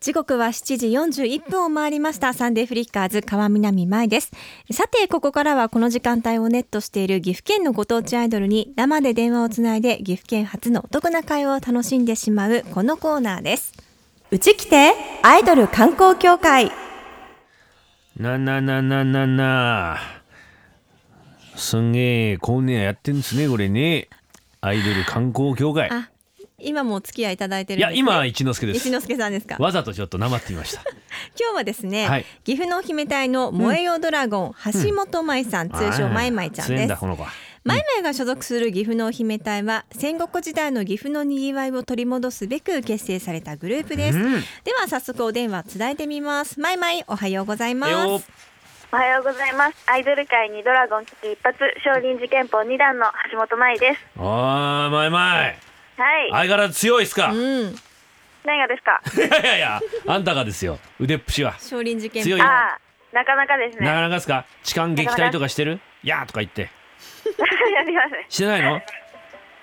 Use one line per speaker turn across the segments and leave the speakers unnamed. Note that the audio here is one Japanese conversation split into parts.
時刻は7時41分を回りましたサンデーフリッカーズ川南舞ですさてここからはこの時間帯をネットしている岐阜県のご当地アイドルに生で電話をつないで岐阜県初のお得な会話を楽しんでしまうこのコーナーですうち来てアイドル観光協会
ななななななすんげえこうねやってんですねこれねアイドル観光協会
あ今もお付き合いいただいてる
い
んで
や
すね
今は一之輔で
一
す
之輔さんですか
わざとちょっとなまってみました
今日はですね、
はい
岐阜のお姫隊の燃えよドラゴン、橋本舞さん、通称まいまいちゃん
強い
で
だ
す
この子は
マイマイが所属する岐阜のお姫隊は戦国時代の岐阜のにぎわいを取り戻すべく結成されたグループです、
うん
では早速お電話つないでみますマイマイおはようございます
よ
おはようございます。アイドル界にドラゴン危機一発、少林寺拳法二段の橋本舞です。
あーまいまい
はい。
相変わらず強いっすか、
う
い
ん、
何がですか
やいやいやあんたがですよ腕っぷしは
少林寺拳
強いよ
ああ、なかなかですね。
なか な
や
かっすか痴漢撃退とかしてるいやーとか言って
りますね。
してないの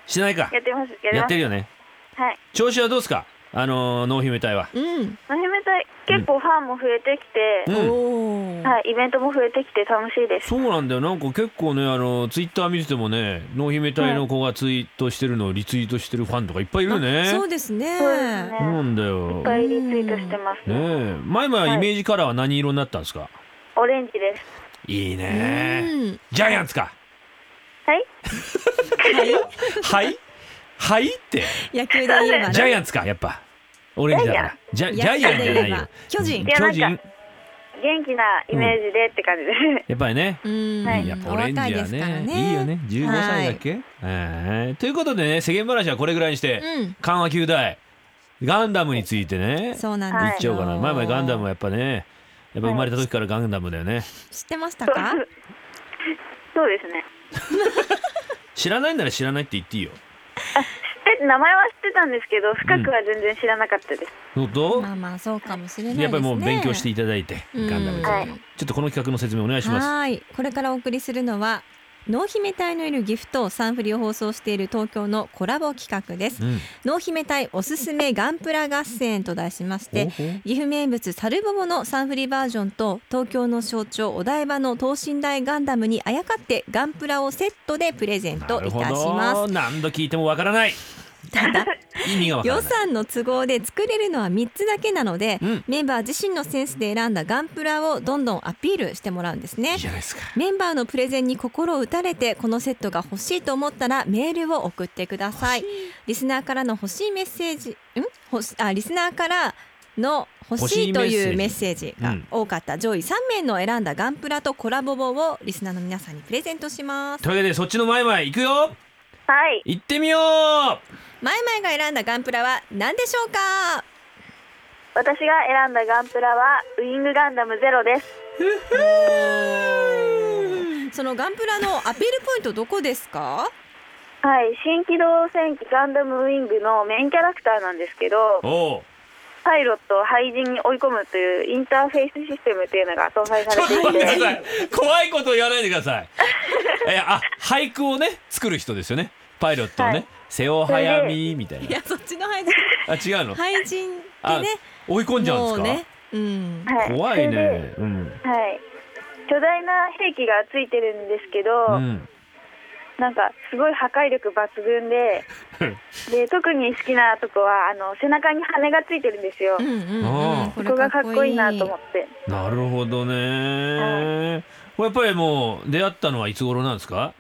してないか
やってます。やり
やっ
ます。
てるよね
はい。
調子はどうっすかあのー、濃姫隊は
うん、
の姫隊、結構ファンも増えてき
う
て、
ん
おー
はい、イベントも増えてきて楽しいです。
そうなんだよなんか結構ねあのツイッター見ててもね濃姫隊の子がツイートしてるのをリツイートしてるファンとかいっぱいいるよね
そうですね
そうです
そう
ね。
なんだ
い
よ
っ
ね
ぱいリツイートしてます。
え前々イメージカラーは何色になったんですか、
オレンジです。
い、いね
うん
ジャイアンツか
はい。
はいはいって
野球で言えば
ジャ
ね
イアンツかやっぱオレンジだからジャジャイアンじゃない
野
よ
球で言えば巨人
うん
いやな
巨
んか
人
元気なイメージでって感じです。
やっぱりね
うん、
はい
やっぱ
お
オレンジ
若い
は
ですから
ね
ね
いいよね15歳だっけ、ええということでね世間話はこれぐらいにして、
うん
緩和球大ガンダムについてね
そうなん
言
で
っ
す
ちゃ
よ
おうかな前々ガンダムはやっぱねやっぱ生まれた時からガンダムだよね
知ってましたか
そうですね。
知らないなら知らないって言っていいよ
え、名前は知ってたんですけど、深くは全然知らなかったです。
のと、
まあまあそうかもしれないですね
やっぱりもう勉強していただいて、
うん
ガンダムについて、
はい
ちょっとこの企画の説明お願いします
はいこれからお送りするのは濃姫隊のいるギフとサンフリを放送している東京のコラボ企画です
うん
濃姫隊おすすめガンプラ合戦と題しまして
ほうほう
岐阜名物サルボボのサンフリバージョンと東京の象徴お台場の等身大ガンダムにあやかってガンプラをセットでプレゼント
ないる
た
ほ
し
ど
ま
何度聞いてもわからない
すただ
意味がわから
予
ない
算の都合で作れるのは3つだけなので、
うん
メンバー自身のセンスで選んだガンプラをどんどんアピールしてもらうんです
い
ね
いじゃないですか
メンバーのプレゼンに心を打たれてこのセットが欲しいと思ったらメールを送ってくださいリスナーからの欲しいメッセージん欲しあリスナーからの欲しいというメッセージが多かった上位3名の選んだガンプラとコラボボをリスナーの皆さんにプレゼントします
というわけでそっちの前々行くよ
はい。
行ってみよう
前々が選んだガンプラは何でしょうか
私が選んだガンプラはウイングガンダムゼロです
そのガンプラのアピールポイントどこですか
はい新機動戦機ガンダムウイングのメインキャラクターなんですけど
おう
パイロットを廃人に追い込むというインターフェイスシステムというのが搭載さ
ちょ
れ
っと
てい
待ってくだ
て
さい。怖いこと言わないでください。え、あ、俳句をね、作る人ですよね。パイロットをね、
はい
瀬尾早見みたい
い
な。
やそっちの配人
あ、違うの。
配人
あ
でね、
追い込んじゃうんです
もう
か。
ね、うん、
は
怖いね。うん。
それではい巨大な兵器がついてるんですけど、
うん。
なんかすごい破壊力抜 群でで特に好きなとこはあの背中に羽がついてるんですよ
う、んうん
あ
う
あ
ん、こ
そこがかっこいいなと思
っ
って
なるほどね。これやっぱりもう出会ったのはいつ頃なんですか。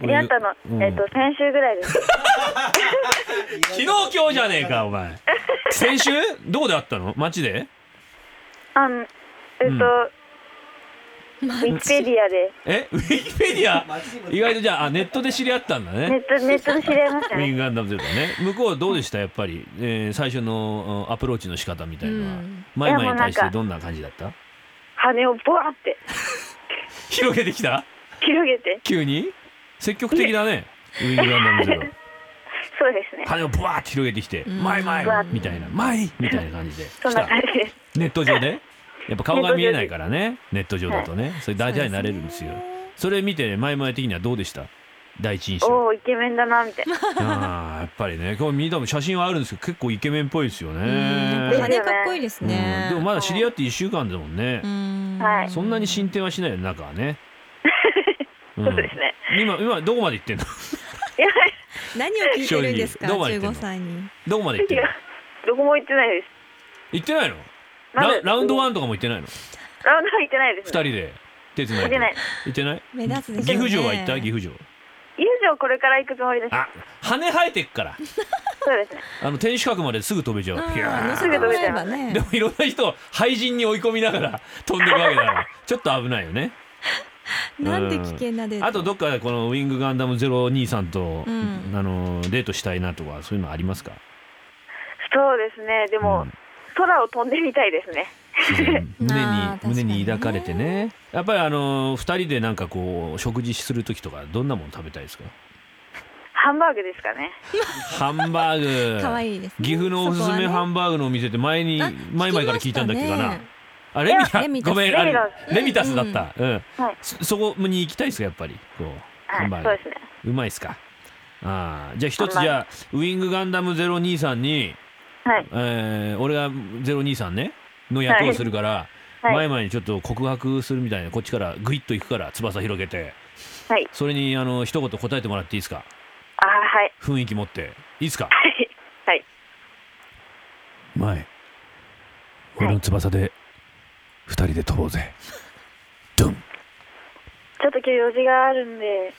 出会ったの、
うん
えっと先週ぐらいです
昨日今日じゃねえかお前。先週どこで会ったの？街で？
あのえっと、ウィキペディアで
え、ウィキペディア。意外とじゃああネットで知り合ったんだ
ネ
ね。
ットネットで知り合いまし
ウ
た
ィン
ね。
グガンダムゼロだね。向こうどうでしたやっぱり、えー、最初のうんアプローチの仕方みたいなのは
うん。
前
いや
々
もう
に
なんか
対してどんな感じだった？
羽をボワって
広げてきた？
広げて、
急に？積極的だね。ウィングガンダムゼロ。
そうですね。
羽をブワーって広げてきて、
ん
前前
ブワーッ
みたいな、前みたいな感じで。
そんな感じです。
来たネット上で。やっぱ顔が見えないからね、ネット上だとね、それ大事になれるんですよ。それ見て、前々的にはどうでした。第一印
お
象
おイケメンだなみたいな
あーやっぱりね今日見たも写真はあるんですけど結構イケメンっぽいですよ
うんやっぱ
ね、
羽かっこいいですね
うん。でもまだ知り合って1週間だもんね、
うん
はい
そんなに進展はしないよね中は ね、うん
そうですね
今今どこまで行 ってんの
いや
何を聞いてるんですか、
正直どこま
15
で行ってんの
歳に。
どこまで行ってんの
どこも行ってないです
行ってないの
まだ
ララウンドワンとかも行ってないの
ラウンドは行ってないで
二
す
人
ね
で手つない
行って
で
ない
行ってない
目立つでしょうね
岐阜城は行った岐阜城
以上これから行くつもりです
あ羽生えてっから
そうですね
あの天守閣まですぐ飛べちゃういやー
乗
す
せ
ぐ
ても
飛べ
ら
ちゃ
え
いま
ば
す
ね
で。もいろんな人を廃人に追い込みながら 飛んでいくわけだからちょっと危ないよね
なんて危険なデート。
あとどっかでこのウィングガンダム023と、
うん
あのデートしたいなとかそういうのありますか
そうですねでも、
うん
空を飛んでみたいですね
自 然胸
まあ
に
確かに
胸
ね
に抱かれてねやっぱりあの二人でなんかこう食事する時とかどんなもの食べたいですか
ハンバーグですかね
ハンバー グ
可愛いですね
岐阜のおすすめハンバーグのお店って前に、
あ
前々から聞いたんだっけかな、
聞きまし
あレミ
いやレミタス
タごめんあれ
レミ
ス
レミタスだった、うん
はい
そそこに行きたいですかやっぱりこうハ
は
ン
い
バーグ、
そうですね
うまいっすかああじゃあ一つ
ハンバーグ
じゃあウイングガンダム023に、
はい
えー俺が023ねの役をするから、
はい
前々にちょっと告白するみたいなこっちからグイッと行くから翼広げて
はい
それにあの一言答えてもらっていいですか
あーはい
雰囲気持っていいですか
はい
前俺の翼で二人で飛ぼうぜドン
ちょっと今日用事がある んで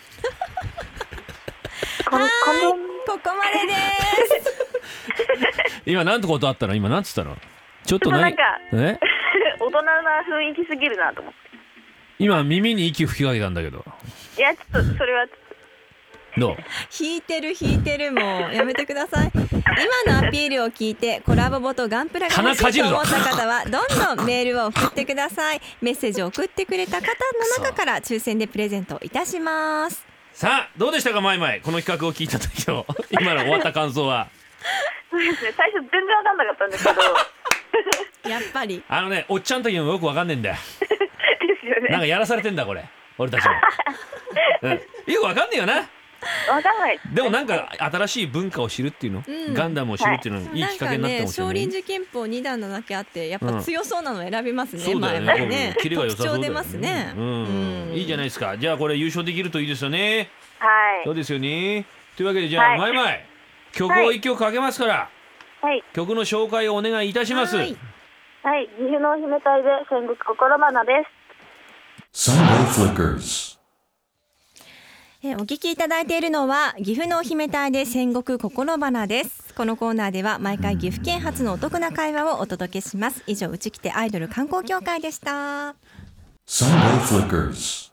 こんこんばん
ここまでです。
今なんてことあったの今なんつったのちょっと
ちょ
何
っと
え
大人な雰囲気すぎるなと思っ
今耳に息吹きかけたんだけど
ていやちょっとそれはちょっと
どう
引いてる引いてるもうやめてください。今のアピールを聞いてコラボボとガンプラが欲しいと思った方はどんどんメールを送ってください。メッセージを送ってくれた方の中から抽選でプレゼントいたします。
さあどうでしたかマイマイこの企画を聞いた時の今の終わった感想は
そうですね最初全然わかんなかっ たんですけど
やっぱり
あのねおっちゃんの時もよくわかんねえんだよ
ですよ
なん
ね
かやらされてんだこれ 俺たちも、うん、よくわかんねえよな
わかんない
でもなんか新しい文化を知るっていうの、
うん
ガンダムを知るっていうの、い、い
な
き
ん
っかけ
か
になって
ね
ますよ
少
ね
林寺拳法二段のだけあってやっ
うん
ぱ強そうなの選びますね。
そうだよ
前々
ね
ね
キレが良さ
特
そうだよ
徴出ま
ね
すね。
うん
うん
いいじゃないですかじゃあこれ優勝できるといいですよね
はい
そうですよねというわけでじゃあ、
は
マイ
い
マイ曲を一曲かけますから、
はい
曲の紹介をお願いいたします
はい
はい岐阜のお姫隊で戦国心花です
Sunday Flickers.
えーお聞きいただいているのは岐阜のお姫隊で戦国心花ですこのコーナーでは毎回岐阜県発のお得な会話をお届けします以上うちきてアイドル観光協会でした
Sunday Flickers.